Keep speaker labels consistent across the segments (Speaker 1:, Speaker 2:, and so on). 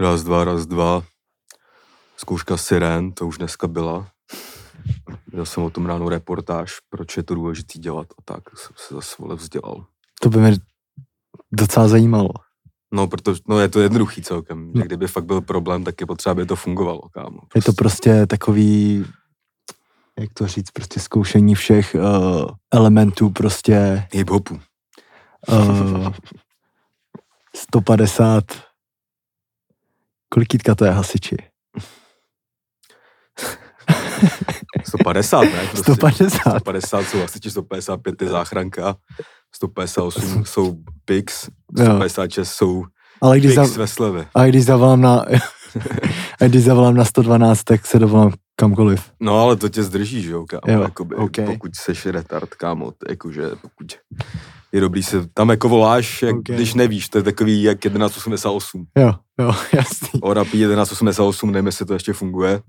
Speaker 1: Raz, dva, raz, dva. Zkouška sirén, to už dneska byla. Měl jsem o tom ráno reportáž, proč je to důležité dělat a tak jsem se zase vole vzdělal.
Speaker 2: To by mě docela zajímalo. No.
Speaker 1: No, protože no, je to jednoduchý celkem, že kdyby fakt byl problém, tak je potřeba, aby to fungovalo, kámo.
Speaker 2: Je to prostě takový, jak to říct, prostě zkoušení všech uh, elementů prostě
Speaker 1: Hip-hopu.
Speaker 2: uh, 150. Kolikitka to je hasiči?
Speaker 1: 150, ne? Prostě.
Speaker 2: 150.
Speaker 1: 150 jsou asi 155 je záchranka, 158 jsou Pix,
Speaker 2: Jo.
Speaker 1: 156 jsou
Speaker 2: Ale když,
Speaker 1: Pix
Speaker 2: zav,
Speaker 1: ve slevě.
Speaker 2: a když zavolám na... a když zavolám na 112, tak se dovolám kamkoliv.
Speaker 1: No ale to tě zdrží, že jo, kámo,
Speaker 2: Jo,
Speaker 1: jakoby,
Speaker 2: ok.
Speaker 1: pokud seš retard, kámo, t- jakože pokud je dobrý se, tam jako voláš, jak,
Speaker 2: Ok.
Speaker 1: když nevíš, to je takový jak 1188.
Speaker 2: Jo, jo, jasný.
Speaker 1: ORAP 1188, nevím, jestli to ještě funguje,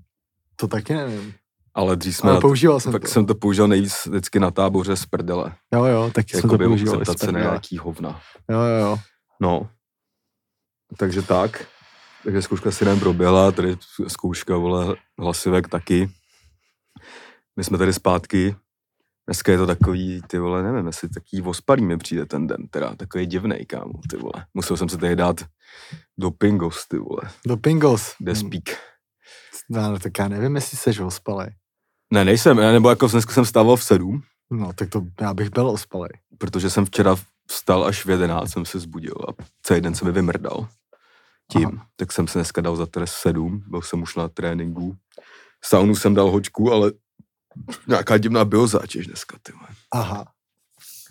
Speaker 2: To taky nevím.
Speaker 1: ale dřív jsme,
Speaker 2: Ale
Speaker 1: ale to,
Speaker 2: používal jsem
Speaker 1: tak
Speaker 2: to.
Speaker 1: jsem to použil nejvíc vždycky na táboře z prdele,
Speaker 2: Jo, jo, taky jsem to
Speaker 1: jakoby
Speaker 2: používal. i
Speaker 1: zeptat se na
Speaker 2: Spendera.
Speaker 1: nějaký hovna.
Speaker 2: Jo, jo, jo.
Speaker 1: No. Takže tak. Takže zkouška sirén proběhla, tady zkouška, vole, hlasivek taky. My jsme tady zpátky. Dneska je to takový, ty vole, nevím, jestli taký ospalý mi přijde ten den, teda takový divnej, kámo, ty vole. Musel jsem se tady dát do pingos, ty vole,
Speaker 2: Do Pingos.
Speaker 1: despík.
Speaker 2: No, no, tak já nevím, jestli seš ospalej.
Speaker 1: Ne, nejsem, ne, nebo jako dneska jsem vstával v sedm,
Speaker 2: No, tak to já bych byl ospalej.
Speaker 1: protože jsem včera vstal až v 11, jsem se zbudil a celý den se mi vymrdal tím. Aha. Tak jsem se dneska dal za trest 7, byl jsem už na tréninku. Saunu jsem dal hočku, ale nějaká divná biozátěž dneska, ty vole.
Speaker 2: Aha.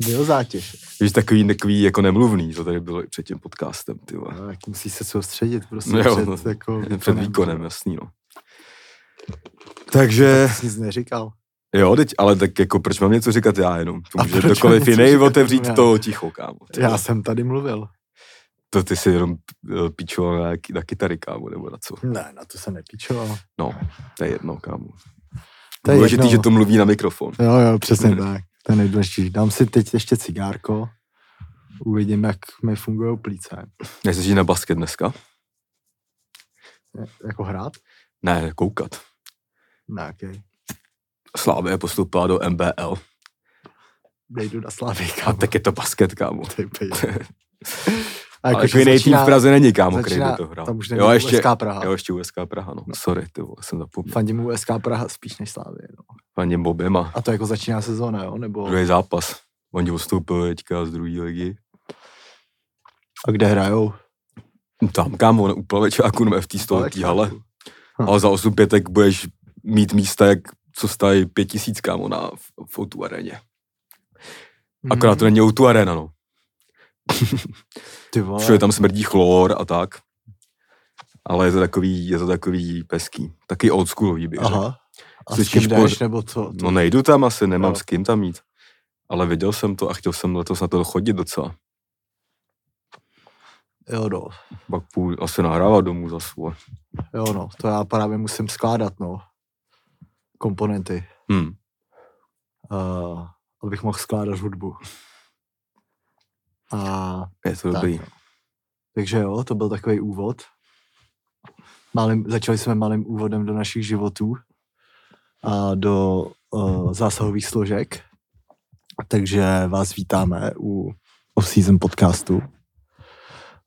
Speaker 2: Byl zátěž.
Speaker 1: Víš, takový, takový jako nemluvný, co tady bylo i před tím podcastem, ty vole.
Speaker 2: No, tak musíš se soustředit prostě
Speaker 1: No jo,
Speaker 2: před,
Speaker 1: no.
Speaker 2: jako,
Speaker 1: Před výkonem, jasný, no. Takže,
Speaker 2: Tak jsi nic neříkal.
Speaker 1: jo, teď, ale tak jako, proč mám něco říkat já jenom? To
Speaker 2: A
Speaker 1: může
Speaker 2: proč mám
Speaker 1: kdokoliv
Speaker 2: něco
Speaker 1: jiný
Speaker 2: říkat
Speaker 1: otevřít
Speaker 2: jenom já?
Speaker 1: to ticho, kámo. ty
Speaker 2: Já
Speaker 1: vole.
Speaker 2: jsem tady mluvil.
Speaker 1: To ty si jenom eh, pičoval na, ki- na kytary, kámo, nebo na co.
Speaker 2: Ne, na to jsem nepíčoval.
Speaker 1: No, to je jedno, kámo.
Speaker 2: To je
Speaker 1: Důležitý,
Speaker 2: jedno.
Speaker 1: že to Mm. mluví na mikrofon.
Speaker 2: Jo, jo, přesně tak. To je nejdůležitější. Dám si teď ještě cigárko. Uvidím, jak mi fungují plíce.
Speaker 1: Nechceš jít na basket dneska?
Speaker 2: Jako hrát?
Speaker 1: Ne, koukat.
Speaker 2: Ne, okay.
Speaker 1: Slávě postupá do MBL.
Speaker 2: Dejdu na Slavíka.
Speaker 1: A tak je to basket, kámo.
Speaker 2: Ty pejde. A
Speaker 1: Ale jako jiný tým v Praze není, kámo, který by
Speaker 2: začíná-
Speaker 1: to hrál.
Speaker 2: Tam už
Speaker 1: Jo, ještě,
Speaker 2: USK Praha.
Speaker 1: jo, ještě USK Praha, no. Sorry, ty vole, jsem zapomněl.
Speaker 2: Fandím USK Praha spíš než Slávě. No.
Speaker 1: Paním Bobema.
Speaker 2: A to jako začíná sezóna, jo? Nebo...
Speaker 1: Druhý zápas. Oni odstoupili teďka z druhé ligy.
Speaker 2: A kde hrajou?
Speaker 1: Tam, kámo, na uplavečáku, nebo v té století hale.
Speaker 2: Mhm. Hm.
Speaker 1: Ale za 8 pětek budeš mít místa, jak co stají pět tisíc, kámo, na v- v O2
Speaker 2: Mhm.
Speaker 1: areně. Akorát to není O2 arena, no.
Speaker 2: Ty vole.
Speaker 1: Všude tam smrdí chlor a tak. Ale je to takový, je to takový peský. Taky old schoolový bych řekl.
Speaker 2: Aha. A s
Speaker 1: Slyšíš
Speaker 2: kým jdeš,
Speaker 1: poř-
Speaker 2: nebo co?
Speaker 1: No nejdu tam asi, nemám
Speaker 2: Jo.
Speaker 1: s kým tam jít. Ale viděl jsem to a chtěl jsem letos na to chodit docela.
Speaker 2: Jo, no.
Speaker 1: Pak půjdu asi nahrávat domů za svoje.
Speaker 2: Jo, no. To já právě musím skládat, no. Komponenty.
Speaker 1: Hm.
Speaker 2: Uh, abych mohl skládat hudbu. A
Speaker 1: Je to
Speaker 2: Tak,
Speaker 1: dobrý.
Speaker 2: no. Takže jo, to byl takový úvod. Malým, začali jsme malým úvodem do našich životů a do uh, zásahových složek. Takže vás vítáme u off-season podcastu.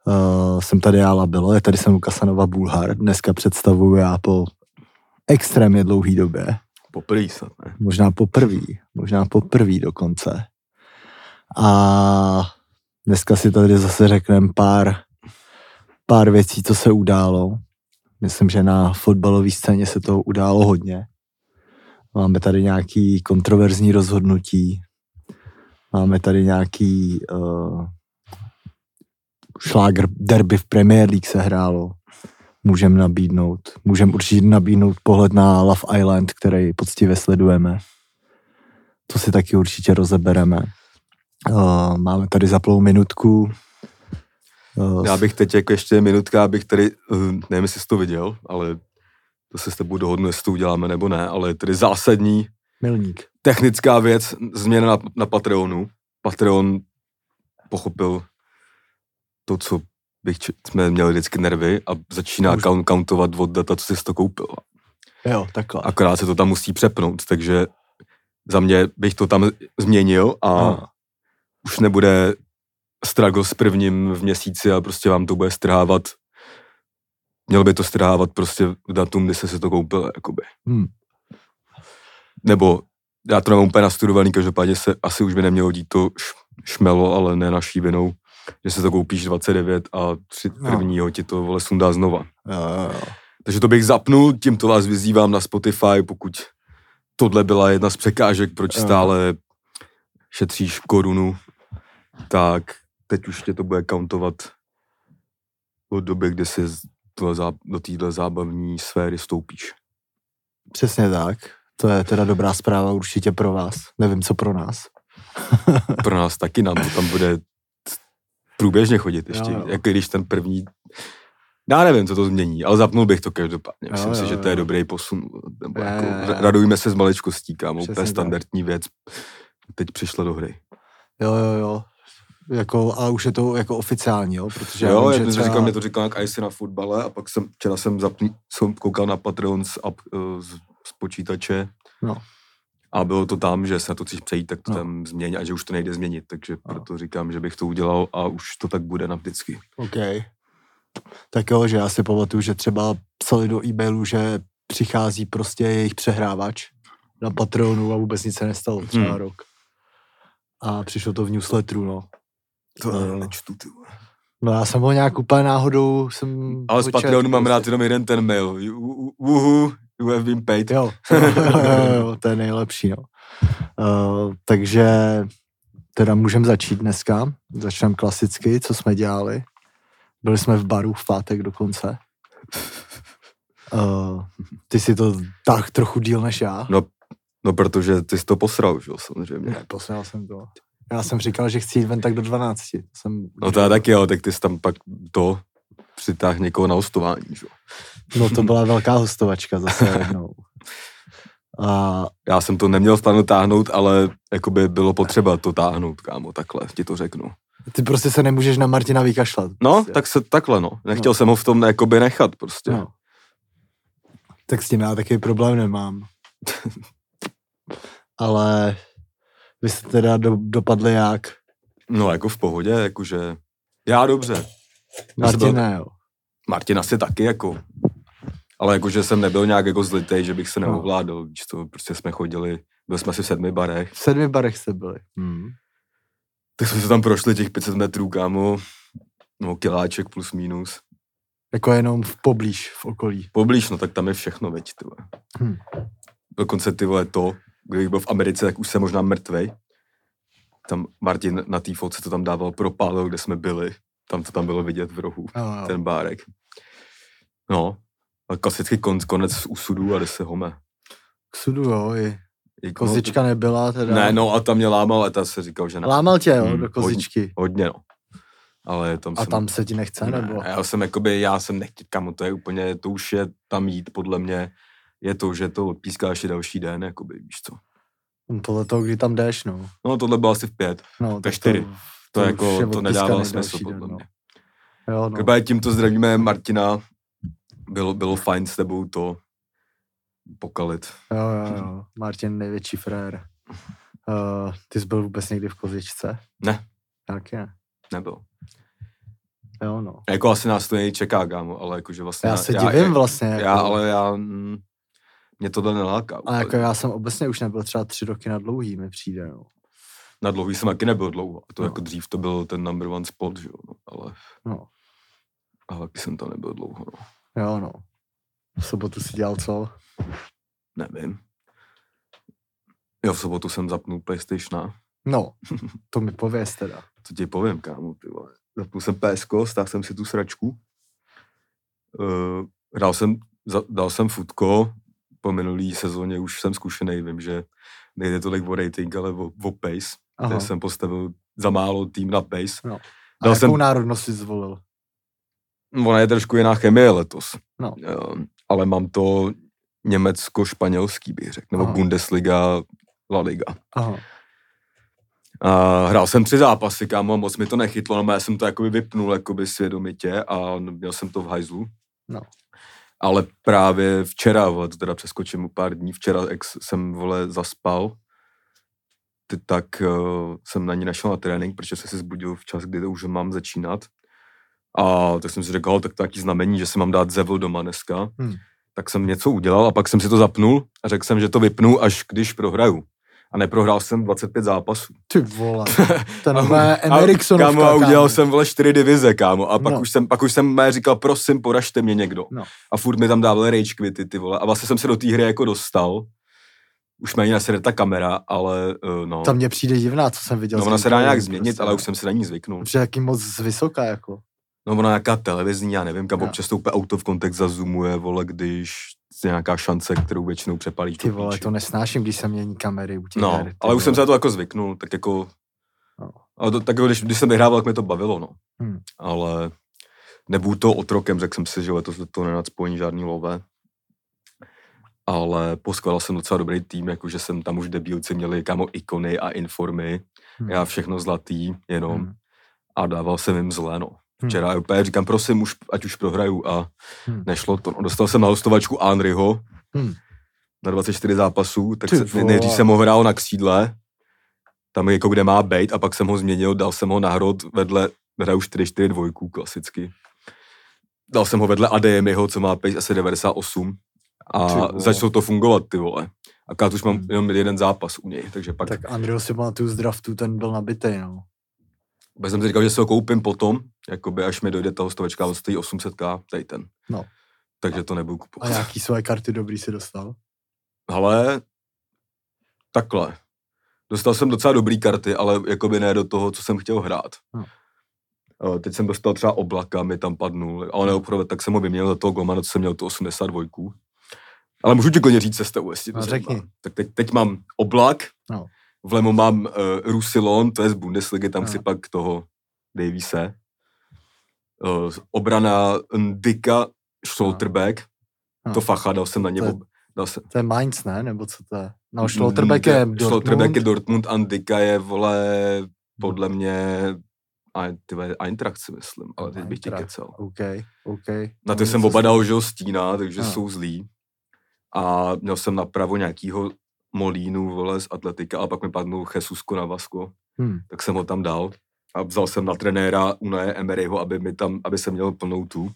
Speaker 2: Uh, jsem tady já Labilo, je tady jsem Lukasanova Bulhar. Dneska představuju já po extrémně dlouhý době
Speaker 1: Poprý snad, ne?
Speaker 2: možná poprvý, možná poprvý dokonce. A dneska si tady zase řekneme pár, pár věcí, co se událo. Myslím, že na fotbalové scéně se toho událo hodně. Máme tady nějaký kontroverzní rozhodnutí, máme tady nějaký uh, šlágr derby v Premier League se hrálo můžeme nabídnout. Můžeme určitě nabídnout pohled na Love Island, který poctivě sledujeme. To si taky určitě rozebereme. Uh, máme tady zaplou minutku. Uh,
Speaker 1: Já bych teď jako ještě minutka, abych tady, hm, nevím, jestli jsi to viděl, ale to se s tebou dohodnu, jestli to uděláme nebo ne, ale je tady zásadní
Speaker 2: Milník.
Speaker 1: technická věc, změna na, na Patreonu. Patreon pochopil to, co bych č- jsme měli vždycky nervy a začíná
Speaker 2: Už-
Speaker 1: count, countovat od data, co jsi to koupil.
Speaker 2: Jo, takhle. A...
Speaker 1: Akorát se to tam musí přepnout, takže za mě bych to tam změnil a
Speaker 2: Ano.
Speaker 1: už nebude struggle s prvním v měsíci a prostě vám to bude strhávat. Měl by to strhávat prostě v datum, kdy jste si to koupil, jakoby.
Speaker 2: Hmm.
Speaker 1: Nebo já to nemám úplně nastudovaný, každopádně se asi už by nemělo dít to š- šmelo, ale ne naší vinou, že se to koupíš 29 a tři
Speaker 2: No.
Speaker 1: prvního ti to vole sundá znova.
Speaker 2: Jo, jo, jo.
Speaker 1: Takže to bych zapnul, tímto vás vyzývám na Spotify, pokud tohle byla jedna z překážek, proč
Speaker 2: Jo.
Speaker 1: stále šetříš korunu, tak teď už tě to bude countovat od doby, kdy si z toho zá- do téhle zábavní sféry stoupíš.
Speaker 2: Přesně tak. To je teda dobrá zpráva určitě pro vás. Nevím, co pro nás.
Speaker 1: Pro nás taky nám to tam bude t- průběžně chodit ještě,
Speaker 2: Jo, jo.
Speaker 1: jako když ten první já nevím, co to změní, ale zapnul bych to každopádně.
Speaker 2: Jo,
Speaker 1: Myslím si,
Speaker 2: jo,
Speaker 1: že to je
Speaker 2: jo.
Speaker 1: dobrý posun. Nebo
Speaker 2: Jo,
Speaker 1: jako,
Speaker 2: jo, jo.
Speaker 1: radujme se z maličkostí, kámo.
Speaker 2: Přesně
Speaker 1: Úplně
Speaker 2: tak.
Speaker 1: standardní věc. Teď přišla do hry.
Speaker 2: Jo, jo, jo. Jako, a už je to jako oficiální, jo? Protože
Speaker 1: Že jo,
Speaker 2: já
Speaker 1: já
Speaker 2: vím, že
Speaker 1: to
Speaker 2: třeba...
Speaker 1: třeba... říkal, mě to říkal jak ice na fotbale a pak jsem, včera jsem, zapný, jsem koukal na Patreon z, app, eh, z, z počítače
Speaker 2: No.
Speaker 1: a bylo to tam, že se na to chceš přejít, tak to
Speaker 2: No.
Speaker 1: no. tam změň a že už to nejde změnit, takže
Speaker 2: Ano.
Speaker 1: proto říkám, že bych to udělal a už to tak bude na vždycky.
Speaker 2: OK. Tak jo, že já si pamatuju, že třeba psali do e-mailu, že přichází prostě jejich přehrávač na Patreonu a vůbec nic se nestalo, třeba
Speaker 1: Hmm.
Speaker 2: hmm. rok. A přišlo to v newsletteru, no.
Speaker 1: To
Speaker 2: No,
Speaker 1: no.
Speaker 2: jo.
Speaker 1: nečtu, ty. vole.
Speaker 2: No já jsem ho nějak úplně náhodou jsem...
Speaker 1: Ale z
Speaker 2: ho četl
Speaker 1: Patreonu mám
Speaker 2: prostě.
Speaker 1: rád jenom jeden ten mail. You- u- u- Uhu, you have been paid.
Speaker 2: Jo, jo, jo, jo, to je nejlepší, no. Uh, takže teda můžeme začít dneska. Začneme klasicky, co jsme dělali. Byli jsme v baru v pátek dokonce. Uh, ty si to tak trochu díl než já.
Speaker 1: No, no, protože ty jsi to posral, že jo, samozřejmě.
Speaker 2: Ne, posral jsem to. Já jsem říkal, že chci jít ven tak do 12. Jsem,
Speaker 1: No to já taky, jo, tak ty jsi tam pak to přitáhl někoho na hostování, že jo.
Speaker 2: no to byla velká hostovačka zase jednou. A
Speaker 1: Já jsem to neměl v plánu táhnout, ale jakoby bylo potřeba to táhnout, kámo, takhle ti to řeknu.
Speaker 2: ty prostě se nemůžeš na Martina vykašlat.
Speaker 1: No,
Speaker 2: prostě.
Speaker 1: tak se takhle, no. Nechtěl no. jsem ho v tom jakoby nechat prostě. No.
Speaker 2: No. Tak s tím já taky problém nemám. Ale vy jste teda do, dopadli jak?
Speaker 1: no, jako v pohodě, jakože já dobře. Já jsem byl-
Speaker 2: Martina, jo.
Speaker 1: Martin asi taky, jako. Ale jakože jsem nebyl nějak jako zlitej, že bych se
Speaker 2: No.
Speaker 1: neovládal. Víš to, prostě jsme chodili, byli jsme asi v sedmi barech.
Speaker 2: V sedmi barech jste byli. Hmm.
Speaker 1: Tak jsme se tam prošli těch 500 metrů, kámo. No, kiláček plus minus.
Speaker 2: Jako jenom v poblíž, v okolí.
Speaker 1: Poblíž, no tak tam je všechno, veď, ty vole.
Speaker 2: Hm.
Speaker 1: Dokonce ty vole to, kdybych byl v Americe, tak už jsem možná mrtvej. Tam Martin na té fotce to tam dával propálil, kde jsme byli. Tam to tam bylo vidět v rohu,
Speaker 2: No, no.
Speaker 1: ten bárek. No, a klasicky kon, konec úsudu a jde se home.
Speaker 2: K sudu, jo. I
Speaker 1: I-
Speaker 2: kozička nebyla
Speaker 1: No,
Speaker 2: teda.
Speaker 1: ne, no a tam mě lámal a ta se říkal, že ne.
Speaker 2: Lámal tě, jo,
Speaker 1: Hmm,
Speaker 2: do kozičky.
Speaker 1: Hodně, no. Ale tam
Speaker 2: A
Speaker 1: jsem...
Speaker 2: tam se ti nechce,
Speaker 1: Ne,
Speaker 2: nebo?
Speaker 1: Já jsem jakoby, já jsem nechtěl, kamo, to je úplně, to už je tam jít, podle mě, je to, že to odpískáš i další den, jakoby, víš co.
Speaker 2: Podle Hm, toho, kdy tam jdeš, no.
Speaker 1: No tohle bylo asi v pět,
Speaker 2: no tak
Speaker 1: ve čtyři. To,
Speaker 2: už
Speaker 1: jako,
Speaker 2: je
Speaker 1: to
Speaker 2: odpískaný
Speaker 1: nedávalo
Speaker 2: další
Speaker 1: smysl,
Speaker 2: den,
Speaker 1: podle
Speaker 2: no.
Speaker 1: mě. Jako
Speaker 2: Jo, no.
Speaker 1: Každopádně tímto zdravíme Martina. Bylo, bylo fajn s tebou to pokalit.
Speaker 2: Jo, jo, jo. Martin největší frér. Uh, ty jsi byl vůbec někdy v kozičce?
Speaker 1: Ne.
Speaker 2: Tak je.
Speaker 1: Nebylo.
Speaker 2: Jo, no.
Speaker 1: Jako asi nás to něj čeká, kámo, ale jakože vlastně...
Speaker 2: Já se já, divím vlastně.
Speaker 1: Já,
Speaker 2: jako.
Speaker 1: já, ale já... Mm, mě tohle neláká.
Speaker 2: A
Speaker 1: úplně.
Speaker 2: jako já jsem obecně už nebyl třeba tři roky na dlouhý, mi přijde, no.
Speaker 1: Na dlouhý jsem taky nebyl dlouho. A to
Speaker 2: No.
Speaker 1: jako dřív to byl ten number one spot, že jo. No, ale,
Speaker 2: no.
Speaker 1: ale taky jsem tam nebyl dlouho, no.
Speaker 2: Jo, no. V sobotu si dělal co?
Speaker 1: Nevím. Jo, v sobotu jsem zapnul PlayStationa.
Speaker 2: No, to mi pověz teda.
Speaker 1: Co ti povím, kámo, ty vole. Zapnul jsem PSK, stáhl jsem si tu sračku. Uh, dal, jsem, za, dal jsem futko, po minulý sezóně už jsem zkušený, vím, že nejde tolik o rating, ale o, o pace.
Speaker 2: Aha.
Speaker 1: Takže jsem postavil za málo tým na pace.
Speaker 2: A
Speaker 1: dal
Speaker 2: jakou
Speaker 1: jsem-
Speaker 2: národnost jsi zvolil?
Speaker 1: Ona je trošku jiná chemie letos.
Speaker 2: No.
Speaker 1: Uh, ale mám to německo-španělský, bych řekl. Nebo
Speaker 2: Aha.
Speaker 1: Bundesliga, La Liga.
Speaker 2: Aha.
Speaker 1: A hrál jsem tři zápasy, kámo, a moc mi to nechytlo, no já jsem to jakoby vypnul jakoby svědomitě a měl jsem to v hajzlu.
Speaker 2: No.
Speaker 1: Ale právě včera, vole, to teda přeskočím o pár dní, včera ex jsem, vole, zaspal, ty, tak uh, jsem na ní našel na trénink, protože jsem se zbudil včas, kdy to už mám začínat. A tak jsem si řekl, "Hele, tak to je taky znamení, že si mám dát zevl doma dneska.
Speaker 2: Hmm.
Speaker 1: Tak jsem něco udělal a pak jsem si to zapnul a řekl jsem, že to vypnu, až když prohraju. A neprohrál jsem 25 zápasů.
Speaker 2: Ty vole, to je nové
Speaker 1: A-
Speaker 2: Eriksonovka.
Speaker 1: Kámo, a udělal jsem vole čtyři divize, kámo. A pak,
Speaker 2: No.
Speaker 1: no. už jsem, pak už jsem mé říkal, prosím, poražte mě někdo.
Speaker 2: No.
Speaker 1: A furt mi tam dával rage quity, ty vole. A vlastně jsem se do té hry jako dostal. Už mě ani nesede ta kamera, ale uh, no.
Speaker 2: Ta mně přijde divná, co jsem viděl.
Speaker 1: no
Speaker 2: z
Speaker 1: ona se dá
Speaker 2: internetu
Speaker 1: nějak
Speaker 2: prostě,
Speaker 1: změnit, ale
Speaker 2: no.
Speaker 1: už jsem se na ní zvyknul.
Speaker 2: Protože jaký moc z vysoká, jako.
Speaker 1: No ona nějaká televizní, já nevím, kam
Speaker 2: No.
Speaker 1: občas to úplně auto v kontext zazumuje, vole, když je nějaká šance, kterou většinou přepalíš.
Speaker 2: Ty
Speaker 1: do
Speaker 2: vole,
Speaker 1: píči.
Speaker 2: to nesnáším, když se mění kamery u těch
Speaker 1: No,
Speaker 2: her, ty
Speaker 1: ale už jsem se
Speaker 2: vole.
Speaker 1: na to jako zvyknul, tak jako...
Speaker 2: No.
Speaker 1: A to, tak jako když, když jsem vyhrával, tak mě to bavilo, no.
Speaker 2: Hmm.
Speaker 1: Ale nebudu to otrokem, řekl jsem si, že letos to nenadspojím žádný lové. Ale poskladal jsem docela dobrý tým, jakože jsem tam už debilci měli kámo ikony a informy.
Speaker 2: Hm.
Speaker 1: Já všechno zlatý jenom
Speaker 2: Hm.
Speaker 1: a dával jsem jim zlé, no.
Speaker 2: Hm.
Speaker 1: Včera hmm. úplně říkám, prosím, už, ať už prohraju a
Speaker 2: Hm.
Speaker 1: hmm. nešlo to. No, dostal jsem na hostovačku Anryho
Speaker 2: Hm.
Speaker 1: na 24 zápasů, tak
Speaker 2: Ty
Speaker 1: se,
Speaker 2: vole.
Speaker 1: nejdřív jsem ho hrál na křídle, tam jako kde má být a pak jsem ho změnil, dal jsem ho na hrot vedle, hraju 4-4 dvojku klasicky. Dal jsem ho vedle Adeyemiho, co má pace asi 98 a
Speaker 2: Ty vole.
Speaker 1: začalo to fungovat, ty vole. Akorát už mám
Speaker 2: Hm.
Speaker 1: jenom jeden zápas u něj, takže pak
Speaker 2: Tak Andrew si pamatuju z draftu, ten byl nabitej, no.
Speaker 1: Pak jsem si říkal, že si ho koupím potom, jakoby až mi dojde ta hostovečka, ale stojí 800k, tady ten.
Speaker 2: No.
Speaker 1: Takže to nebudu
Speaker 2: A
Speaker 1: kupovat.
Speaker 2: nějaký svoje karty dobrý si dostal?
Speaker 1: Ale takhle. Dostal jsem docela dobrý karty, ale jakoby ne do toho, co jsem chtěl hrát.
Speaker 2: No.
Speaker 1: Eh, Teď jsem dostal třeba oblaka, mi tam padnul, ale neopravdu, tak jsem ho vyměnil za toho golmana, co jsem měl tu 82. Ale můžu ti klidně říct sestavu, jestli to
Speaker 2: No,
Speaker 1: zajímá.
Speaker 2: řekni.
Speaker 1: Tak teď, teď mám oblak,
Speaker 2: No.
Speaker 1: vlemo mám uh, Rusilon, to je z Bundesligy, tam
Speaker 2: No.
Speaker 1: no. si pak toho Davise. Uh, obrana Ndika, Schlotterbeck,
Speaker 2: No.
Speaker 1: no. to facha, dal jsem na
Speaker 2: To je-
Speaker 1: něj, dal jsem,
Speaker 2: To je Mainz, ne? Nebo co to je? No,
Speaker 1: Mm,
Speaker 2: Schlotterbeck
Speaker 1: to
Speaker 2: je Dortmund. No.
Speaker 1: Schlotterbeck je Dortmund, Andika je, vole, podle mě, a ty vole, Eintracht si myslím, ale teď bych ti
Speaker 2: Eintracht.
Speaker 1: kecal.
Speaker 2: OK, OK.
Speaker 1: Na
Speaker 2: No,
Speaker 1: ty jsem
Speaker 2: něco
Speaker 1: obadal, že ho stíná, takže
Speaker 2: Ano.
Speaker 1: jsou zlí. A měl jsem napravo nějakýho Molínu, vole, z Atletika, a pak mi padnul Jesus Navasco,
Speaker 2: Hmm.
Speaker 1: tak jsem ho tam dal. A vzal jsem na trenéra Unae Emeryho, aby, mi tam, aby jsem měl plnou tu.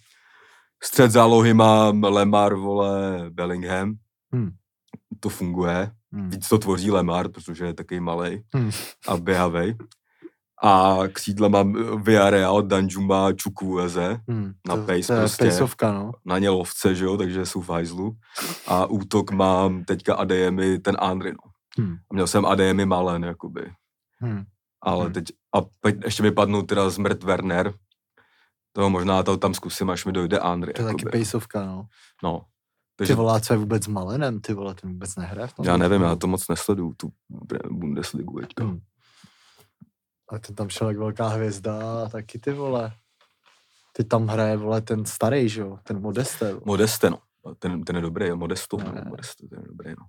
Speaker 1: Střed zálohy mám Lemar, vole, Bellingham.
Speaker 2: Hmm.
Speaker 1: To funguje
Speaker 2: Hmm.
Speaker 1: víc to tvoří Lemar, protože je taky malý
Speaker 2: Hmm.
Speaker 1: a běhavej. A křídla mám eh, Villarreal, Danjuma, Čukwueze,
Speaker 2: Hmm.
Speaker 1: na
Speaker 2: to,
Speaker 1: pace
Speaker 2: to je
Speaker 1: prostě.
Speaker 2: Paceovka, no.
Speaker 1: na ně lovce, že jo, takže jsou v hajzlu. A útok mám teďka Adeyemi, ten Andry, no.
Speaker 2: Hmm.
Speaker 1: A měl jsem Adeyemi Malen, jakoby.
Speaker 2: Hmm.
Speaker 1: Ale
Speaker 2: Hmm.
Speaker 1: teď, a teď ještě vypadnou teda zmrt Werner, toho možná to tam zkusím, až mi dojde Andry,
Speaker 2: To je taky
Speaker 1: jakoby.
Speaker 2: Paceovka, no.
Speaker 1: No.
Speaker 2: Ty
Speaker 1: Takže
Speaker 2: volá, co je vůbec s Malenem, ty vole, ten vůbec nehraje v tom.
Speaker 1: já nevím, já to moc nesleduju, tu Bundesligu, teďka.
Speaker 2: Hmm. A ten tam šel jak velká hvězda, taky ty vole. Ty tam hraje, vole, ten starý, že jo? Ten Modeste. vole.
Speaker 1: Modeste, no. Ten, ten je dobrý, jo. Modesto,
Speaker 2: Ne.
Speaker 1: nebo Modesto, ten je dobrý, no.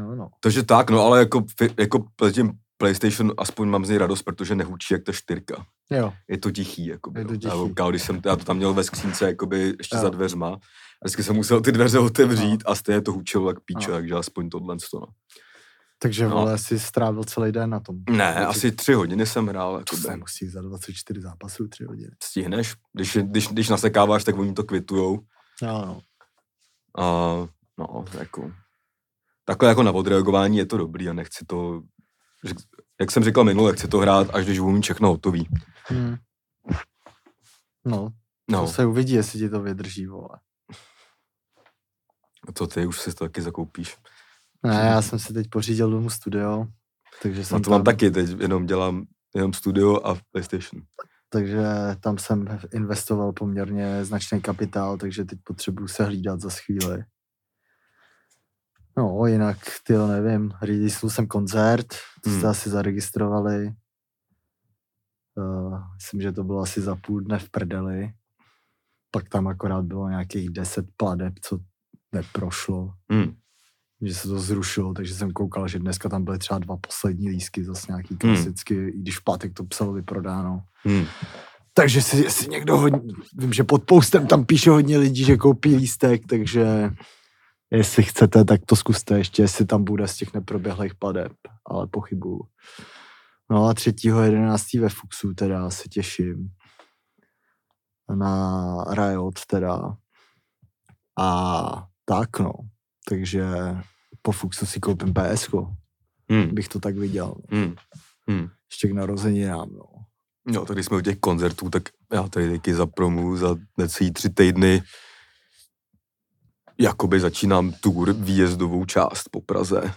Speaker 2: No, no.
Speaker 1: Takže tak, no ale jako, fi- jako zatím PlayStation, aspoň mám z něj radost, protože nehučí jak ta čtyřka.
Speaker 2: Jo,
Speaker 1: Je to tichý, jako
Speaker 2: Je to tichý.
Speaker 1: když jsem, já to tam měl ve skřínce, jakoby ještě
Speaker 2: Jo.
Speaker 1: za dveřma. A vždycky jsem musel ty dveře otevřít a stejně to hučelo jak píčo, takže aspoň tohle to, no.
Speaker 2: takže
Speaker 1: No.
Speaker 2: vole, si strávil celý den na tom.
Speaker 1: Ne,
Speaker 2: Takže-
Speaker 1: asi tři hodiny jsem hrál,
Speaker 2: To se
Speaker 1: jakoby.
Speaker 2: musí za 24 zápasů 3 hodiny.
Speaker 1: Stihneš, když, když, když nasekáváš, tak oni to kvitujou.
Speaker 2: No, no.
Speaker 1: A no, jako, takhle jako na odreagování je to dobrý a nechci to, řek- jak jsem říkal minule, chci to hrát, až když budu mít všechno hotový.
Speaker 2: Hmm. No, no,
Speaker 1: No,
Speaker 2: to se uvidí, jestli ti to vydrží, vole.
Speaker 1: to ty už si to taky zakoupíš.
Speaker 2: Ne, já jsem si teď pořídil domů studio, takže jsem
Speaker 1: Jsem No, to mám
Speaker 2: tam,
Speaker 1: taky, teď jenom dělám jenom studio a PlayStation.
Speaker 2: takže tam jsem investoval poměrně značný kapitál, takže teď potřebuju se hlídat za chvíli. No, jinak, ty nevím, rýdísl jsem koncert, to jste
Speaker 1: Hmm.
Speaker 2: asi zaregistrovali. Uh, myslím, že to bylo asi za půl dne v prdeli. Pak tam akorát bylo nějakých 10 pladeb, co neprošlo.
Speaker 1: Hmm.
Speaker 2: že se to zrušilo, takže jsem koukal, že dneska tam byly třeba dva poslední lísky, zase nějaký klasicky, i když v pátek to psal vyprodáno.
Speaker 1: Hmm.
Speaker 2: Takže si, jestli někdo hodně, vím, že pod postem tam píše hodně lidí, že koupí lístek, takže jestli chcete, tak to zkuste ještě, jestli tam bude z těch neproběhlých padeb, ale pochybuju. No a 3.11. ve Fuxu teda se těším na Riot teda a tak no, takže po Fuxu si koupím PS,
Speaker 1: Hmm.
Speaker 2: bych to tak viděl,
Speaker 1: Hmm. Hmm.
Speaker 2: ještě k narozeninám no.
Speaker 1: No, tady jsme u těch koncertů, tak já tady taky za promu za necelý tři týdny jakoby začínám tour, výjezdovou část po Praze.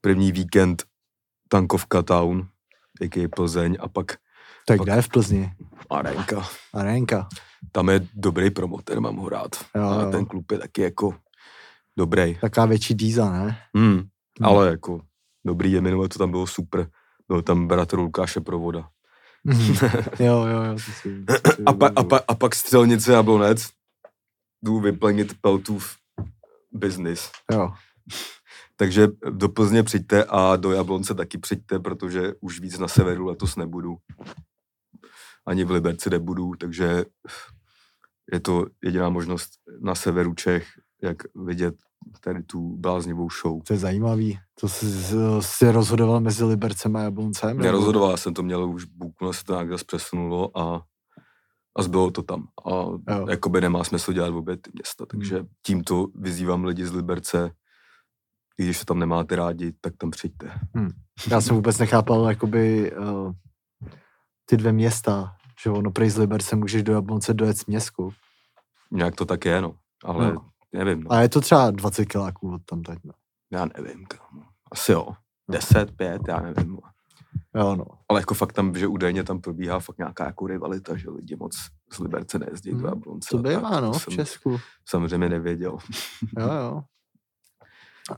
Speaker 1: První víkend Tankovka Town, jaký Plzeň a pak
Speaker 2: Tak
Speaker 1: Pak-
Speaker 2: kde je v Plzni?
Speaker 1: Arenka.
Speaker 2: Arenka.
Speaker 1: Tam je dobrý promoter, mám ho rád.
Speaker 2: Jo,
Speaker 1: A
Speaker 2: jo.
Speaker 1: ten klub je taky jako dobrý.
Speaker 2: Taková větší díza, ne?
Speaker 1: Hmm.
Speaker 2: No.
Speaker 1: Ale jako dobrý je, minule to tam bylo super. Byl tam bratr Lukáše Provoda.
Speaker 2: jo, jo, jo. To si, to si
Speaker 1: Mhm. A, pa, a,
Speaker 2: vybavuju.
Speaker 1: pa, a pak střelnice Jablonec. Jdu vyplnit Peltův business.
Speaker 2: Jo.
Speaker 1: Takže do Plzně přijďte a do Jablonce taky přijďte, protože už víc na severu letos nebudu. Ani v Liberci nebudu, takže je to jediná možnost na severu Čech, jak vidět tady tu bláznivou show.
Speaker 2: To je zajímavý. To jsi, jsi rozhodoval mezi Libercem a Jabloncem? nebo-
Speaker 1: Nerozhodoval já jsem to, měl už buku, no se to nějak zase přesunulo a, a zbylo to tam. A
Speaker 2: Jo.
Speaker 1: jakoby nemá smysl dělat obě ty města, takže
Speaker 2: Hmm.
Speaker 1: tímto vyzývám lidi z Liberce, i když to tam nemáte rádi, tak tam přijďte.
Speaker 2: Já jsem vůbec nechápal jakoby uh, ty dvě města, že ono prej z Liberce můžeš do Jablonce dojet s městskou.
Speaker 1: Nějak to tak je, no. Ale
Speaker 2: No.
Speaker 1: nevím, no.
Speaker 2: A je to třeba 20 kiláků od tam teď. No.
Speaker 1: Já nevím, kámo. Asi jo. 10, 5, já nevím. no.
Speaker 2: Jo, no.
Speaker 1: Ale jako fakt tam, že údajně tam probíhá fakt nějaká jako rivalita, že lidi moc z Liberce nejezdí
Speaker 2: Hmm.
Speaker 1: do Jablonce.
Speaker 2: To
Speaker 1: a
Speaker 2: bývá,
Speaker 1: tak,
Speaker 2: no,
Speaker 1: to
Speaker 2: v
Speaker 1: jsem
Speaker 2: Česku.
Speaker 1: samozřejmě nevěděl.
Speaker 2: Jo, jo.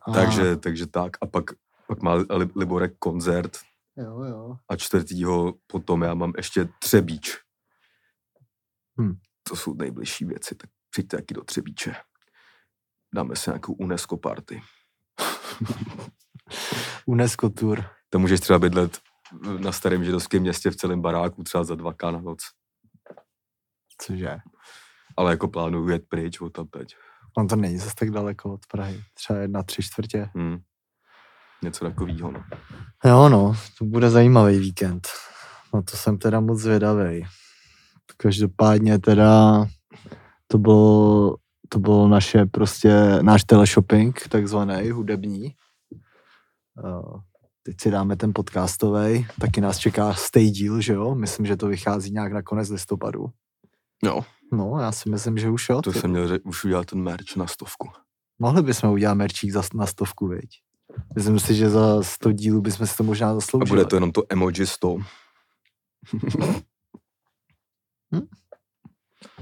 Speaker 2: A,
Speaker 1: Takže, takže tak. A pak, pak má Li- Liborek koncert
Speaker 2: Jo, jo.
Speaker 1: a čtvrtýho potom já mám ještě Třebíč. Hm.
Speaker 2: Hmm.
Speaker 1: To jsou nejbližší věci, tak přijďte taky do Třebíče. Dáme si nějakou UNESCO party.
Speaker 2: UNESCO tour.
Speaker 1: Tam můžeš třeba bydlet na starém židovském městě v celém baráku třeba za 2K na noc.
Speaker 2: Cože?
Speaker 1: Ale jako plánuju jet pryč od tam teď.
Speaker 2: On to není zase tak daleko od Prahy. Třeba jedna tři čtvrtě.
Speaker 1: Hmm. Něco takového. No.
Speaker 2: Jo, no, to bude zajímavý víkend. No to jsem teda moc zvědavý. Každopádně teda to bylo, to bylo naše prostě, náš teleshopping, takzvaný hudební. Eh, Teď si dáme ten podcastový, taky nás čeká stej díl, že jo? Myslím, že to vychází nějak na konec listopadu.
Speaker 1: Jo.
Speaker 2: No, já si myslím, že už jo.
Speaker 1: To jsem měl ře- už udělat ten merch na stovku.
Speaker 2: Mohli bychom udělat merčík za, na stovku, viď? Myslím si, že za 100 dílů bychom si to možná
Speaker 1: A
Speaker 2: zasloužili.
Speaker 1: bude to jenom to emoji 100.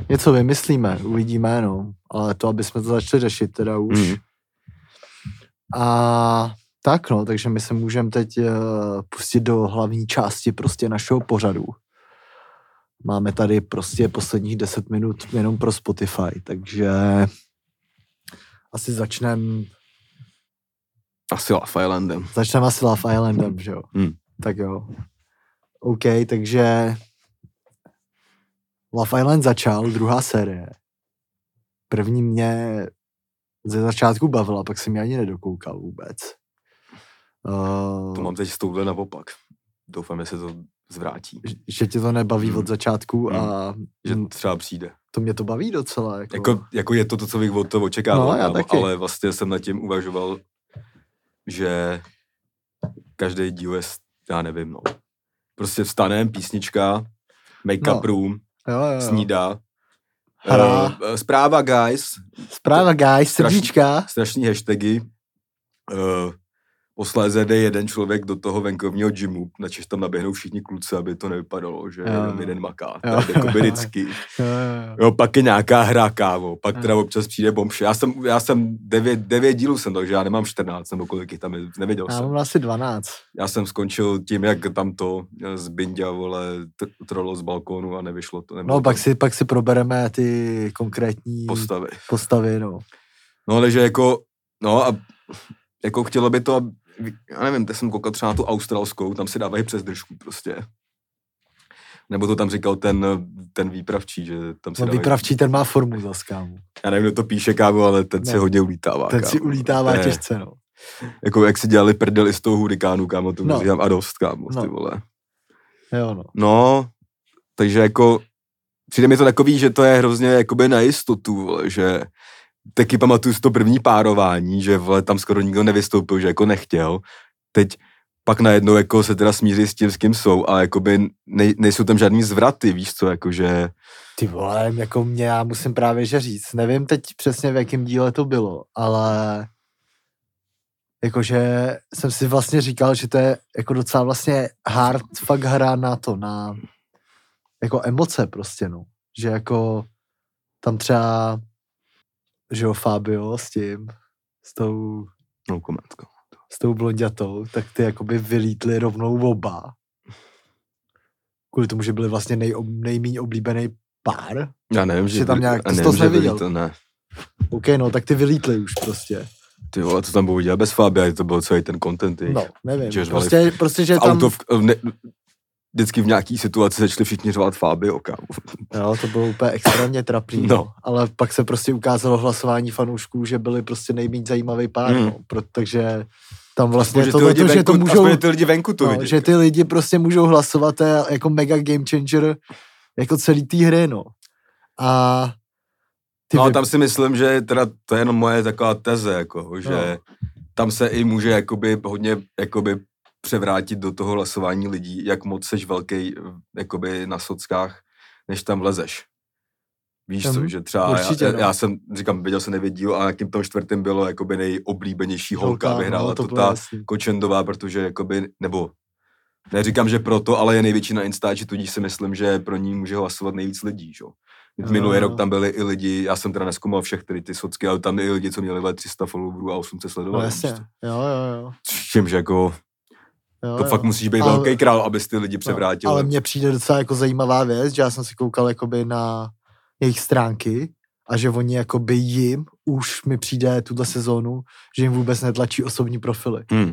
Speaker 2: Něco vymyslíme, uvidíme, no. Ale to, aby jsme to začali řešit teda už.
Speaker 1: Mhm.
Speaker 2: Mm. A tak no, takže my se můžeme teď uh, pustit do hlavní části prostě našeho pořadu. Máme tady prostě posledních 10 minut jenom pro Spotify, takže asi začneme
Speaker 1: Asi Love Islandem.
Speaker 2: Začneme asi Love Islandem, že jo?
Speaker 1: Hmm.
Speaker 2: Tak jo. OK, takže Love Island začal, druhá série. První mě ze začátku bavila, pak jsem ji ani nedokoukal vůbec.
Speaker 1: To
Speaker 2: Uh,
Speaker 1: mám teď s touhle naopak. Doufám, že se to zvrátí.
Speaker 2: že tě to nebaví
Speaker 1: Hmm.
Speaker 2: od začátku a
Speaker 1: Že
Speaker 2: Hmm.
Speaker 1: třeba přijde.
Speaker 2: to mě to baví docela. Jako,
Speaker 1: Jako, jako je to to, co bych od toho očekával,
Speaker 2: No, já
Speaker 1: kámo,
Speaker 2: taky.
Speaker 1: ale vlastně jsem nad tím uvažoval, že každý díl je, s- já nevím, no. Prostě vstanem, písnička, make-up
Speaker 2: No.
Speaker 1: room,
Speaker 2: jo, jo, jo.
Speaker 1: snídá,
Speaker 2: Hra.
Speaker 1: eh, eh, zpráva guys,
Speaker 2: Zpráva, guys,
Speaker 1: Strašný-
Speaker 2: srdíčka.
Speaker 1: strašný hashtagy. Uh, posléze jde jeden člověk do toho venkovního gymu, načež tam naběhnou všichni kluci, aby to nevypadalo, že
Speaker 2: Jo.
Speaker 1: jenom jeden maká.
Speaker 2: Jo.
Speaker 1: Tak jako by vždycky.
Speaker 2: Jo, jo, jo.
Speaker 1: Jo, pak je nějaká hra, kávo. Pak
Speaker 2: Jo.
Speaker 1: teda občas přijde bomše. Já jsem, já jsem devět, devět dílů jsem, takže já nemám 14 nebo kolik jich tam je, nevěděl
Speaker 2: Já
Speaker 1: jsem.
Speaker 2: mám asi 12.
Speaker 1: Já jsem skončil tím, jak tam to eh, z Bindia, vole, tr- trolo z balkónu a nevyšlo to. nebylo
Speaker 2: No, pak
Speaker 1: to
Speaker 2: si, pak si probereme ty konkrétní
Speaker 1: postavy.
Speaker 2: postavy, no.
Speaker 1: No ale že jako, no a jako chtělo by to, ab- já nevím, teď jsem koukal třeba na tu australskou, tam si dávají přes držku prostě. Nebo to tam říkal ten, ten výpravčí, že tam si
Speaker 2: No,
Speaker 1: dávají...
Speaker 2: Výpravčí ten má formu zas, kámo.
Speaker 1: Já nevím, kdo to píše, kámo, ale ten se
Speaker 2: Ne.
Speaker 1: hodně ulítává.
Speaker 2: No. Ten
Speaker 1: kámo.
Speaker 2: si ulítává
Speaker 1: To je-
Speaker 2: těžce, no.
Speaker 1: Jako jak si dělali prdel i z toho hurikánu, kámo, to
Speaker 2: No.
Speaker 1: no. říkám a dost, kámo,
Speaker 2: No.
Speaker 1: ty vole.
Speaker 2: Jo, no.
Speaker 1: No, takže jako přijde mi to takový, že to je hrozně jakoby na jistotu, vole, že taky pamatuju si to první párování, že vole, tam skoro nikdo nevystoupil, že jako nechtěl. Teď pak najednou jako se teda smíří s tím, s kým jsou a jakoby nej, nejsou tam žádný zvraty, víš co, jako, jakože
Speaker 2: Ty vole, jako mě, já musím právě že říct, nevím teď přesně v jakém díle to bylo, ale jakože jsem si vlastně říkal, že to je jako docela vlastně hard fakt hra na to, na jako emoce prostě, no. Že jako tam třeba, že jo, Fabio s tím, s tou,
Speaker 1: no komentko.
Speaker 2: s tou blondětou, tak ty jakoby vylítli rovnou oba. Kvůli tomu, že byli vlastně nej, nejmíň oblíbený pár,
Speaker 1: Já nevím,
Speaker 2: Že
Speaker 1: že...
Speaker 2: tam nějak-
Speaker 1: já
Speaker 2: jsi
Speaker 1: nevím,
Speaker 2: to
Speaker 1: že byli
Speaker 2: neviděl?
Speaker 1: To, ne.
Speaker 2: OK, no, tak ty vylítli už prostě.
Speaker 1: Ty vole, co tam budou dělat bez Fabia, to byl celý ten content. jejich.
Speaker 2: No, nevím.
Speaker 1: Že řvali
Speaker 2: Prostě, prostě, že je
Speaker 1: v
Speaker 2: tam...
Speaker 1: auto, v, ne, vždycky v nějaký situaci začali všichni řvát Fabio, kámo. Prostě
Speaker 2: Jo, to bylo úplně extrémně trapný.
Speaker 1: No.
Speaker 2: No. Ale pak se prostě ukázalo hlasování fanoušků, že byli prostě nejméně zajímavý pár.
Speaker 1: Mm.
Speaker 2: Mm. No, pro, takže tam vlastně
Speaker 1: Aspoň,
Speaker 2: to, to, to, že to
Speaker 1: venku,
Speaker 2: můžou...
Speaker 1: aspoň, že ty lidi venku to
Speaker 2: no,
Speaker 1: no, vidí.
Speaker 2: že ty lidi prostě můžou hlasovat, to je jako mega game changer jako celý té hry, no. A ty
Speaker 1: no a
Speaker 2: vy-
Speaker 1: tam si myslím, že teda to je jenom moje taková teze, jako, že
Speaker 2: No.
Speaker 1: tam se i může jakoby hodně jakoby převrátit do toho hlasování lidí, jak moc seš velký jakoby na sockách, než tam lezeš. Víš
Speaker 2: Mhm.
Speaker 1: co, že třeba
Speaker 2: Určitě,
Speaker 1: já,
Speaker 2: no.
Speaker 1: já, já, jsem, říkám, viděl jsem nevidíl, a jakým tom čtvrtým bylo jakoby nejoblíbenější holka, holka vyhrála
Speaker 2: no,
Speaker 1: to,
Speaker 2: bylo
Speaker 1: ta
Speaker 2: jasný.
Speaker 1: Kočendová, protože jakoby, nebo neříkám, že proto, ale je největší na Instači, tudíž si myslím, že pro ní může hlasovat nejvíc lidí, že? jo.
Speaker 2: Jo.
Speaker 1: Minulý rok tam byli i lidi, já jsem teda neskoumal všech tedy ty socky, ale tam i lidi, co měli vole 300 followerů a 800
Speaker 2: No
Speaker 1: sledovatelů.
Speaker 2: jasně,
Speaker 1: prostě.
Speaker 2: jo, jo, jo.
Speaker 1: Čímž jako,
Speaker 2: jo
Speaker 1: to
Speaker 2: jo.
Speaker 1: fakt musíš být
Speaker 2: Ale-
Speaker 1: velký král, abys ty lidi převrátil.
Speaker 2: No, ale mně přijde docela jako zajímavá věc, že já jsem si koukal jakoby na jejich stránky a že oni jakoby jim už mi přijde tuto sezónu, že jim vůbec netlačí osobní profily.
Speaker 1: Hmm,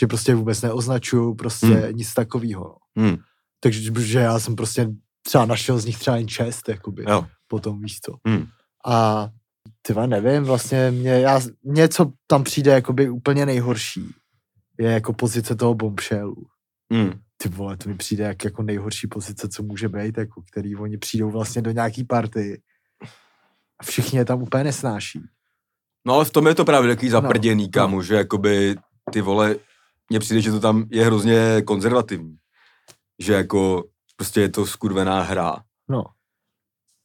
Speaker 2: Že prostě vůbec neoznačují prostě
Speaker 1: Hmm.
Speaker 2: hmm. nic takového.
Speaker 1: hmm,
Speaker 2: Takže že já jsem prostě třeba našel z nich třeba jen čest, jakoby,
Speaker 1: jo.
Speaker 2: potom, víš co.
Speaker 1: Hmm.
Speaker 2: A tyva, nevím, vlastně mě, já, mě, co tam přijde jakoby úplně nejhorší, je jako pozice toho bombshellu
Speaker 1: Hmm.
Speaker 2: ty vole, to mi přijde jak jako nejhorší pozice, co může být, jako který oni přijdou vlastně do nějaký party a všichni je tam úplně nesnáší.
Speaker 1: No ale v tom je to právě takový
Speaker 2: No,
Speaker 1: zaprděný, kámo, že jakoby ty vole, mně přijde, že to tam je hrozně konzervativní. Že jako prostě je to skurvená hra.
Speaker 2: No,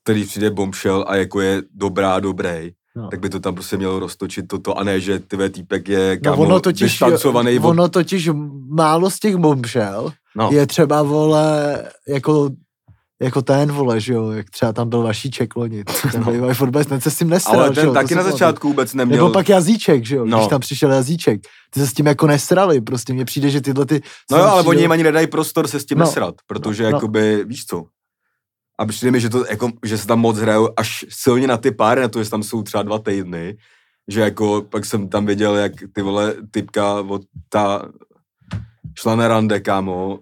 Speaker 1: který přijde bombshell a jako je dobrá, dobrý,
Speaker 2: no.
Speaker 1: tak by to tam prostě mělo roztočit toto a ne, že ty ve týpek je
Speaker 2: No,
Speaker 1: kámo
Speaker 2: ono
Speaker 1: no
Speaker 2: totiž,
Speaker 1: distancovaný. od-
Speaker 2: ono totiž málo z těch bombšel
Speaker 1: no,
Speaker 2: je třeba, vole, jako, jako ten, vole, že jo, jak třeba tam byl vaší čeklonit. Ten
Speaker 1: No.
Speaker 2: no. vůbec ne, se s tím nesral,
Speaker 1: ale
Speaker 2: že jo,
Speaker 1: ten
Speaker 2: to si
Speaker 1: taky na
Speaker 2: pamatuju.
Speaker 1: začátku vůbec neměl.
Speaker 2: Nebo pak Jazíček, že jo,
Speaker 1: No.
Speaker 2: když tam přišel Jazíček. Ty se s tím jako nesrali, prostě mně přijde, že tyhle ty...
Speaker 1: no jo, ale
Speaker 2: přijdou-
Speaker 1: oni jim ani nedají prostor se s tím
Speaker 2: No,
Speaker 1: nesrat, protože
Speaker 2: no.
Speaker 1: jakoby, víš co, a přijde mi, že, to, jako, že se tam moc hrajou až silně na ty páry, na to, že tam jsou třeba dva týdny, že jako pak jsem tam viděl, jak ty vole typka od ta šla na rande, kámo,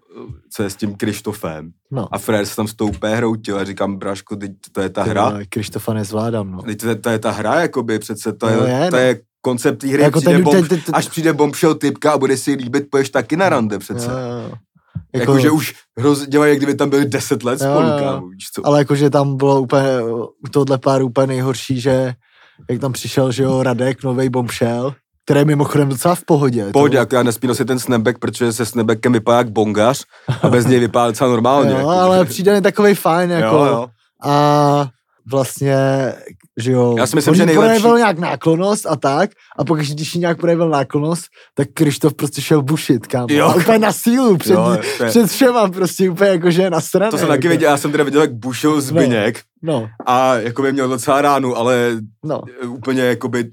Speaker 1: co je s tím Krištofem.
Speaker 2: No.
Speaker 1: A Frér se tam s tou P hroutil a říkám, Braško, teď to je ta
Speaker 2: Ty
Speaker 1: hra.
Speaker 2: vole, Krištofa nezvládám, no.
Speaker 1: Teď to, je- to je ta hra, jakoby přece, to
Speaker 2: No
Speaker 1: je,
Speaker 2: je,
Speaker 1: to
Speaker 2: no.
Speaker 1: je koncept té hry.
Speaker 2: Jako
Speaker 1: Jako přijde
Speaker 2: ten-
Speaker 1: bomb,
Speaker 2: ten- ten- ten-
Speaker 1: Až přijde bombshell typka a bude si jí líbit, půjdeš taky na rande přece.
Speaker 2: Jo, jo,
Speaker 1: Jako,
Speaker 2: jo.
Speaker 1: jako, že už hroz, dělají, jak kdyby tam byli 10 let
Speaker 2: Jo,
Speaker 1: spolu,
Speaker 2: jo, jo.
Speaker 1: kámo, víš co.
Speaker 2: No, Ale jakože tam bylo úplně, u tohle páru úplně nejhorší, že jak tam přišel, že jo, Radek, novej bombshell, který je mimochodem docela v pohodě. to-
Speaker 1: Pohodě, jako já nespínal si ten snapback, protože se snapbackem vypadá jak bongař a bez něj vypadá docela normálně.
Speaker 2: jo,
Speaker 1: jako,
Speaker 2: ale přijde mi takový fajn, jako.
Speaker 1: jo, jo.
Speaker 2: A vlastně, že jo,
Speaker 1: Já si myslím,
Speaker 2: on
Speaker 1: že
Speaker 2: jí
Speaker 1: nejlepší-
Speaker 2: projevil nějak náklonost a tak, a pak, když jí nějak projevil náklonost, tak Krištof prostě šel bušit, kámo.
Speaker 1: Jo.
Speaker 2: A úplně na sílu před,
Speaker 1: Jo,
Speaker 2: jo,
Speaker 1: to je-
Speaker 2: před všema, prostě úplně jakože na straně.
Speaker 1: To jsem taky
Speaker 2: jako.
Speaker 1: viděl, já jsem teda viděl, jak bušil Zbyněk
Speaker 2: No,
Speaker 1: a jako by měl docela ránu, ale
Speaker 2: no.
Speaker 1: úplně jakoby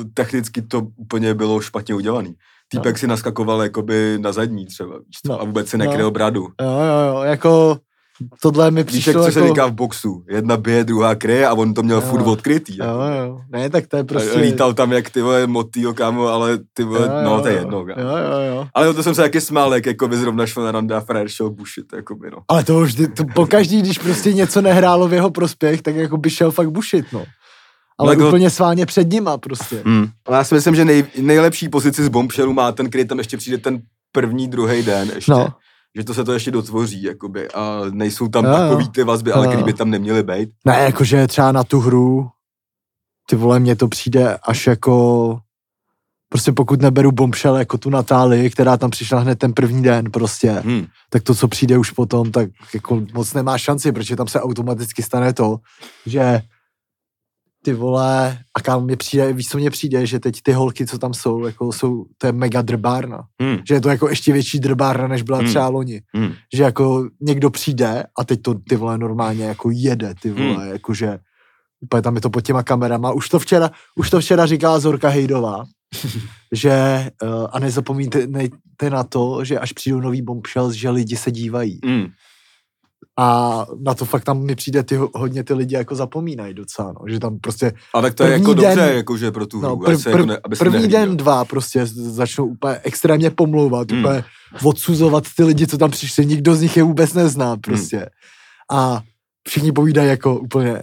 Speaker 1: eh, technicky to úplně bylo špatně udělaný. Týpek no. si naskakoval jakoby na zadní třeba víš co,
Speaker 2: No.
Speaker 1: a vůbec si nekryl
Speaker 2: No.
Speaker 1: bradu.
Speaker 2: Jo, jo, jo, jako tohle mi
Speaker 1: Víš, jak
Speaker 2: přišlo
Speaker 1: co
Speaker 2: jako...
Speaker 1: se říká v boxu? Jedna bije, druhá kryje a on to měl
Speaker 2: Jo.
Speaker 1: furt odkrytý.
Speaker 2: Jo, jo. Ne, tak to je
Speaker 1: Prostě...
Speaker 2: prostě...
Speaker 1: Lítal tam jak ty vole motýl, kámo, ale ty vole,
Speaker 2: Jo,
Speaker 1: no
Speaker 2: jo,
Speaker 1: to je
Speaker 2: jo.
Speaker 1: jedno. kámo.
Speaker 2: Jo, jo, jo.
Speaker 1: Ale no, to jsem se taky smál, jak jako by zrovna šel na rande a frajer šel bušit, jako by no.
Speaker 2: Ale to už, to pokaždý, když prostě něco nehrálo v jeho prospěch, tak jako by šel fakt bušit, no. Ale
Speaker 1: Tak ho-
Speaker 2: úplně sváně před nima prostě.
Speaker 1: Hmm. Ale já si myslím, že nej, nejlepší pozici z bombshellu má ten, který tam ještě přijde ten první, druhý den ještě.
Speaker 2: No,
Speaker 1: Že to se to ještě dotvoří, jakoby. A nejsou tam
Speaker 2: Jo, jo.
Speaker 1: takový ty vazby, ale
Speaker 2: Jo,
Speaker 1: který
Speaker 2: jo.
Speaker 1: by tam neměly být.
Speaker 2: ne, jakože třeba na tu hru, ty vole, mně to přijde až jako, prostě pokud neberu bombshell jako tu Natálii, která tam přišla hned ten první den prostě,
Speaker 1: Hmm.
Speaker 2: tak to, co přijde už potom, tak jako moc nemá šanci, protože tam se automaticky stane to, že ty vole, a kam mě přijde, víš, co mě přijde, že teď ty holky, co tam jsou, jako jsou, to je mega drbárna.
Speaker 1: Hmm.
Speaker 2: Že je to jako ještě větší drbárna, než byla
Speaker 1: Hmm.
Speaker 2: třeba loni.
Speaker 1: Hmm.
Speaker 2: Že jako někdo přijde a teď to ty vole normálně jako jede, ty vole, hmm. jakože úplně tam je to pod těma kamerama. Už to včera, už to včera říkala Zorka Hejdová, že, eh, a nezapomeňte na to, že až přijdou nový bombshells, že lidi se dívají.
Speaker 1: Hmm.
Speaker 2: A na to fakt tam mi přijde ty, ho- hodně ty lidi jako zapomínají docela, no. že tam prostě
Speaker 1: A tak to je
Speaker 2: První
Speaker 1: jako
Speaker 2: den-
Speaker 1: dobře, jakože pro tu hru.
Speaker 2: no,
Speaker 1: No,
Speaker 2: prv,
Speaker 1: se jako
Speaker 2: prv,
Speaker 1: ne, aby se
Speaker 2: první
Speaker 1: nehlídal.
Speaker 2: den, dva prostě z- začnou úplně extrémně pomlouvat,
Speaker 1: Hmm.
Speaker 2: hmm. úplně odsuzovat ty lidi, co tam přišli, nikdo z nich je vůbec
Speaker 1: Hmm.
Speaker 2: nezná prostě. A všichni povídají jako úplně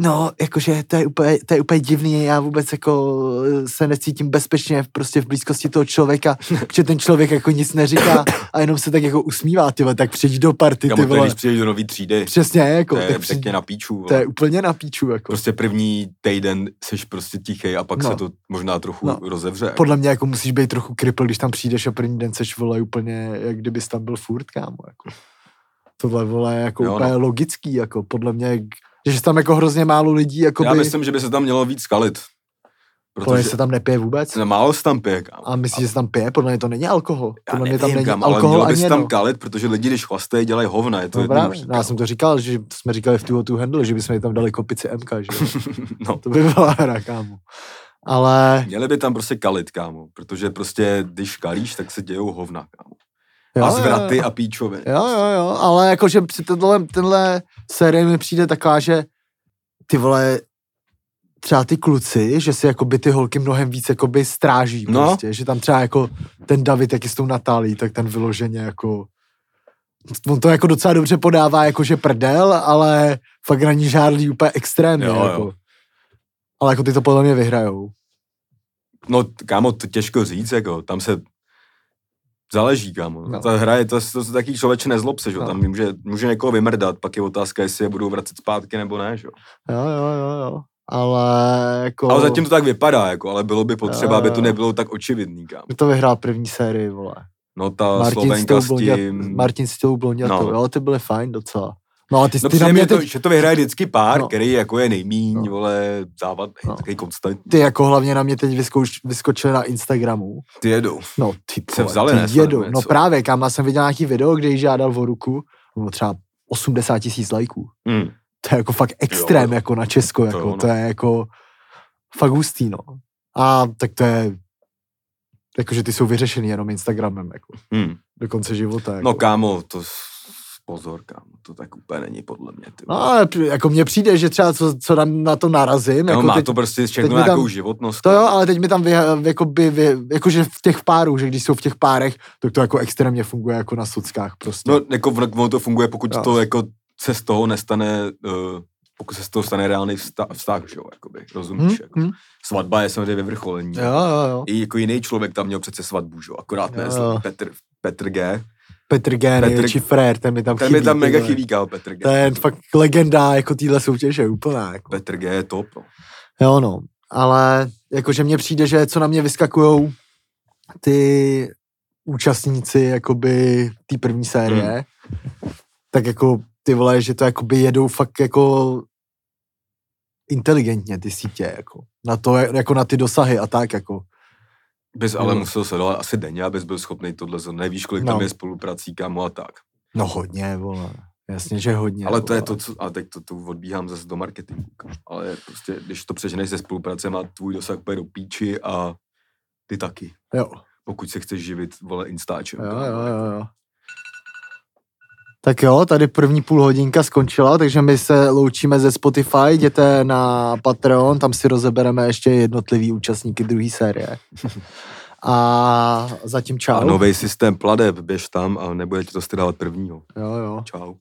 Speaker 2: No, jakože to je, úplně, to je úplně divný, já vůbec jako eh, se necítím bezpečně v- prostě v blízkosti toho člověka, protože ten člověk jako nic neříká a jenom se tak jako usmívá, ty vole, tak přijď do party, ty
Speaker 1: Kamo, to je,
Speaker 2: vole.
Speaker 1: když přijdeš do nový třídy,
Speaker 2: Přesně, jako,
Speaker 1: to je
Speaker 2: tak při,
Speaker 1: pěkně na píču.
Speaker 2: to
Speaker 1: vole.
Speaker 2: je úplně na píču, jako.
Speaker 1: Prostě první týden seš prostě tichý a pak
Speaker 2: No.
Speaker 1: se to možná trochu
Speaker 2: No.
Speaker 1: rozevře. jako.
Speaker 2: Podle mě jako musíš být trochu kripl, když tam přijdeš a první den seš vole úplně, jak kdybys tam byl furt, kámo, jako. Tohle vole je jako
Speaker 1: Jo,
Speaker 2: jo, úplně
Speaker 1: no.
Speaker 2: no. logický, jako, podle mě, k- že se tam jako hrozně málo lidí, jako
Speaker 1: Já
Speaker 2: by,
Speaker 1: myslím, že by se tam mělo víc kalit.
Speaker 2: podle mě
Speaker 1: Protože No.
Speaker 2: se tam nepije vůbec.
Speaker 1: se málo se tam pije, kámo.
Speaker 2: A myslíš, že se tam pije? Podle mě to není alkohol.
Speaker 1: Já
Speaker 2: Podle mě
Speaker 1: nevím,
Speaker 2: tam není
Speaker 1: kam, ale
Speaker 2: alkohol
Speaker 1: mělo by
Speaker 2: ani
Speaker 1: se
Speaker 2: jedno.
Speaker 1: tam kalit, protože lidi, když chlastejí, dělají hovna. Je to
Speaker 2: No,
Speaker 1: jedno,
Speaker 2: právě. no, já jsem to říkal, že to jsme říkali v tu tu handle, že bychom jim tam dali kopici MK, že jo?
Speaker 1: no.
Speaker 2: To by byla hra, kámo. Ale,
Speaker 1: Měli by tam prostě kalit, kámo. Protože prostě, když kalíš, tak se dějou hovna, kámo.
Speaker 2: jo,
Speaker 1: a
Speaker 2: jo,
Speaker 1: zvraty
Speaker 2: jo.
Speaker 1: a píčoviny.
Speaker 2: Jo, jo, jo, ale jakože při tenhle, tenhle série mi přijde taková, že ty vole, třeba ty kluci, že si jakoby ty holky mnohem víc jakoby stráží
Speaker 1: No.
Speaker 2: no. prostě, že tam třeba jako ten David, jak je s tou Natálí, tak ten vyloženě jako on to jako docela dobře podává jakože prdel, ale fakt na ní žádlí úplně extrémně.
Speaker 1: Jo,
Speaker 2: Jo,
Speaker 1: jo.
Speaker 2: jako. jo. Ale jako ty to podle mě vyhrajou.
Speaker 1: No, t- kámo, to těžko říct, jako, tam se záleží, kámo. No.
Speaker 2: No.
Speaker 1: Ta hra je, to, to, to taký člověče nezlob se, že? No.
Speaker 2: No.
Speaker 1: tam může, může někoho vymrdat, pak je otázka, jestli je budou vracet zpátky nebo ne, že? jo.
Speaker 2: Jo, jo, jo, jo. Ale jako...
Speaker 1: Ale zatím to tak vypadá, jako, ale bylo by potřeba,
Speaker 2: Jo,
Speaker 1: aby
Speaker 2: jo.
Speaker 1: to nebylo tak očividný, kámo.
Speaker 2: Kdo to vyhrál první sérii, vole?
Speaker 1: No, ta
Speaker 2: Martin
Speaker 1: Slovenka s
Speaker 2: blondět-
Speaker 1: tím...
Speaker 2: Martin s tou blondětou,
Speaker 1: No.
Speaker 2: no. jo, ty byly fajn docela. No a ty,
Speaker 1: No
Speaker 2: ty na
Speaker 1: přijde
Speaker 2: mě
Speaker 1: mě to,
Speaker 2: teď,
Speaker 1: že to vyhraje vždycky pár, no.
Speaker 2: No.
Speaker 1: který jako je nejmíň, no.
Speaker 2: No.
Speaker 1: vole, závadný, no.
Speaker 2: No.
Speaker 1: takový konstantní.
Speaker 2: ty jako hlavně na mě teď vyskouš, vyskočili na Instagramu.
Speaker 1: Ty jedou.
Speaker 2: No ty
Speaker 1: Se
Speaker 2: vole,
Speaker 1: vzali,
Speaker 2: ty
Speaker 1: ne,
Speaker 2: jedu.
Speaker 1: snad,
Speaker 2: No
Speaker 1: co?
Speaker 2: právě, kam já jsem viděl nějaký video, kde jí žádal o ruku, no třeba 80 tisíc lajků.
Speaker 1: Mm.
Speaker 2: To je jako fakt extrém,
Speaker 1: jo.
Speaker 2: jako na Česko, jako, to,
Speaker 1: jo, no.
Speaker 2: to je jako fakt hustý, no. A tak to je, jakože ty jsou vyřešený jenom Instagramem, jako,
Speaker 1: Mm.
Speaker 2: do konce života. Jako.
Speaker 1: No kámo, to s- pozor, kámo, to tak úplně není podle mě. Ty.
Speaker 2: No,
Speaker 1: vole.
Speaker 2: ale jako mně přijde, že třeba co, co na, na to narazím,
Speaker 1: Kámo,
Speaker 2: jako
Speaker 1: má
Speaker 2: teď,
Speaker 1: to prostě všechno
Speaker 2: mi tam-
Speaker 1: nějakou životnost.
Speaker 2: To jo,
Speaker 1: kámo.
Speaker 2: ale teď mi tam vy, jakoby, vy, jakože v těch párů, že když jsou v těch párech, tak to jako extrémně funguje jako na sockách prostě.
Speaker 1: No, jako v- ono to funguje, pokud
Speaker 2: Jo.
Speaker 1: to jako se z toho nestane, uh, pokud se z toho stane reálný vzta- vztah, že jo, jakoby, rozumíš? Jako.
Speaker 2: hm.
Speaker 1: Svatba je samozřejmě vyvrcholení.
Speaker 2: Jo, jo, jo.
Speaker 1: I jako jiný člověk tam měl přece svatbu, že jo, akorát ne,
Speaker 2: Jo.
Speaker 1: zl- Petr, Petr G.
Speaker 2: Petr G,
Speaker 1: Petr-
Speaker 2: největší frér, ten mi tam
Speaker 1: Ten
Speaker 2: chybí.
Speaker 1: mi tam
Speaker 2: ty
Speaker 1: mega
Speaker 2: vole.
Speaker 1: chybí, kámo, Petr G.
Speaker 2: To je fakt legenda jako téhle soutěže, úplná. Jako.
Speaker 1: Petr G je top, no.
Speaker 2: Jo, no. Ale jakože mně přijde, že co na mě vyskakujou ty účastníci jakoby té první série, hmm. tak jako ty vole, že to jakoby jedou fakt jako inteligentně ty sítě, jako. Na to, jako na ty dosahy a tak, jako.
Speaker 1: Bys ale
Speaker 2: Jo.
Speaker 1: musel sledovat asi denně, abys byl schopný tohle, z- nevíš, kolik tam
Speaker 2: No.
Speaker 1: je spoluprací, kámo a tak.
Speaker 2: No hodně, vole. Jasně, že hodně.
Speaker 1: Ale to je
Speaker 2: vole.
Speaker 1: to, co, a teď to, to odbíhám zase do marketingu, kámo. ale prostě, když to přeženeš se spolupráce, má tvůj dosah úplně do píči a ty taky,
Speaker 2: Jo,
Speaker 1: pokud se chceš živit, vole, instáčem.
Speaker 2: jo,
Speaker 1: kámo.
Speaker 2: jo, jo. jo. Tak jo, tady první půl hodinka skončila, takže my se loučíme ze Spotify, jděte na Patreon, tam si rozebereme ještě jednotlivý účastníky druhé série. A zatím čau.
Speaker 1: A nový systém pladeb, běž tam a nebude ti to stydávat prvního.
Speaker 2: Jo, jo.
Speaker 1: Čau.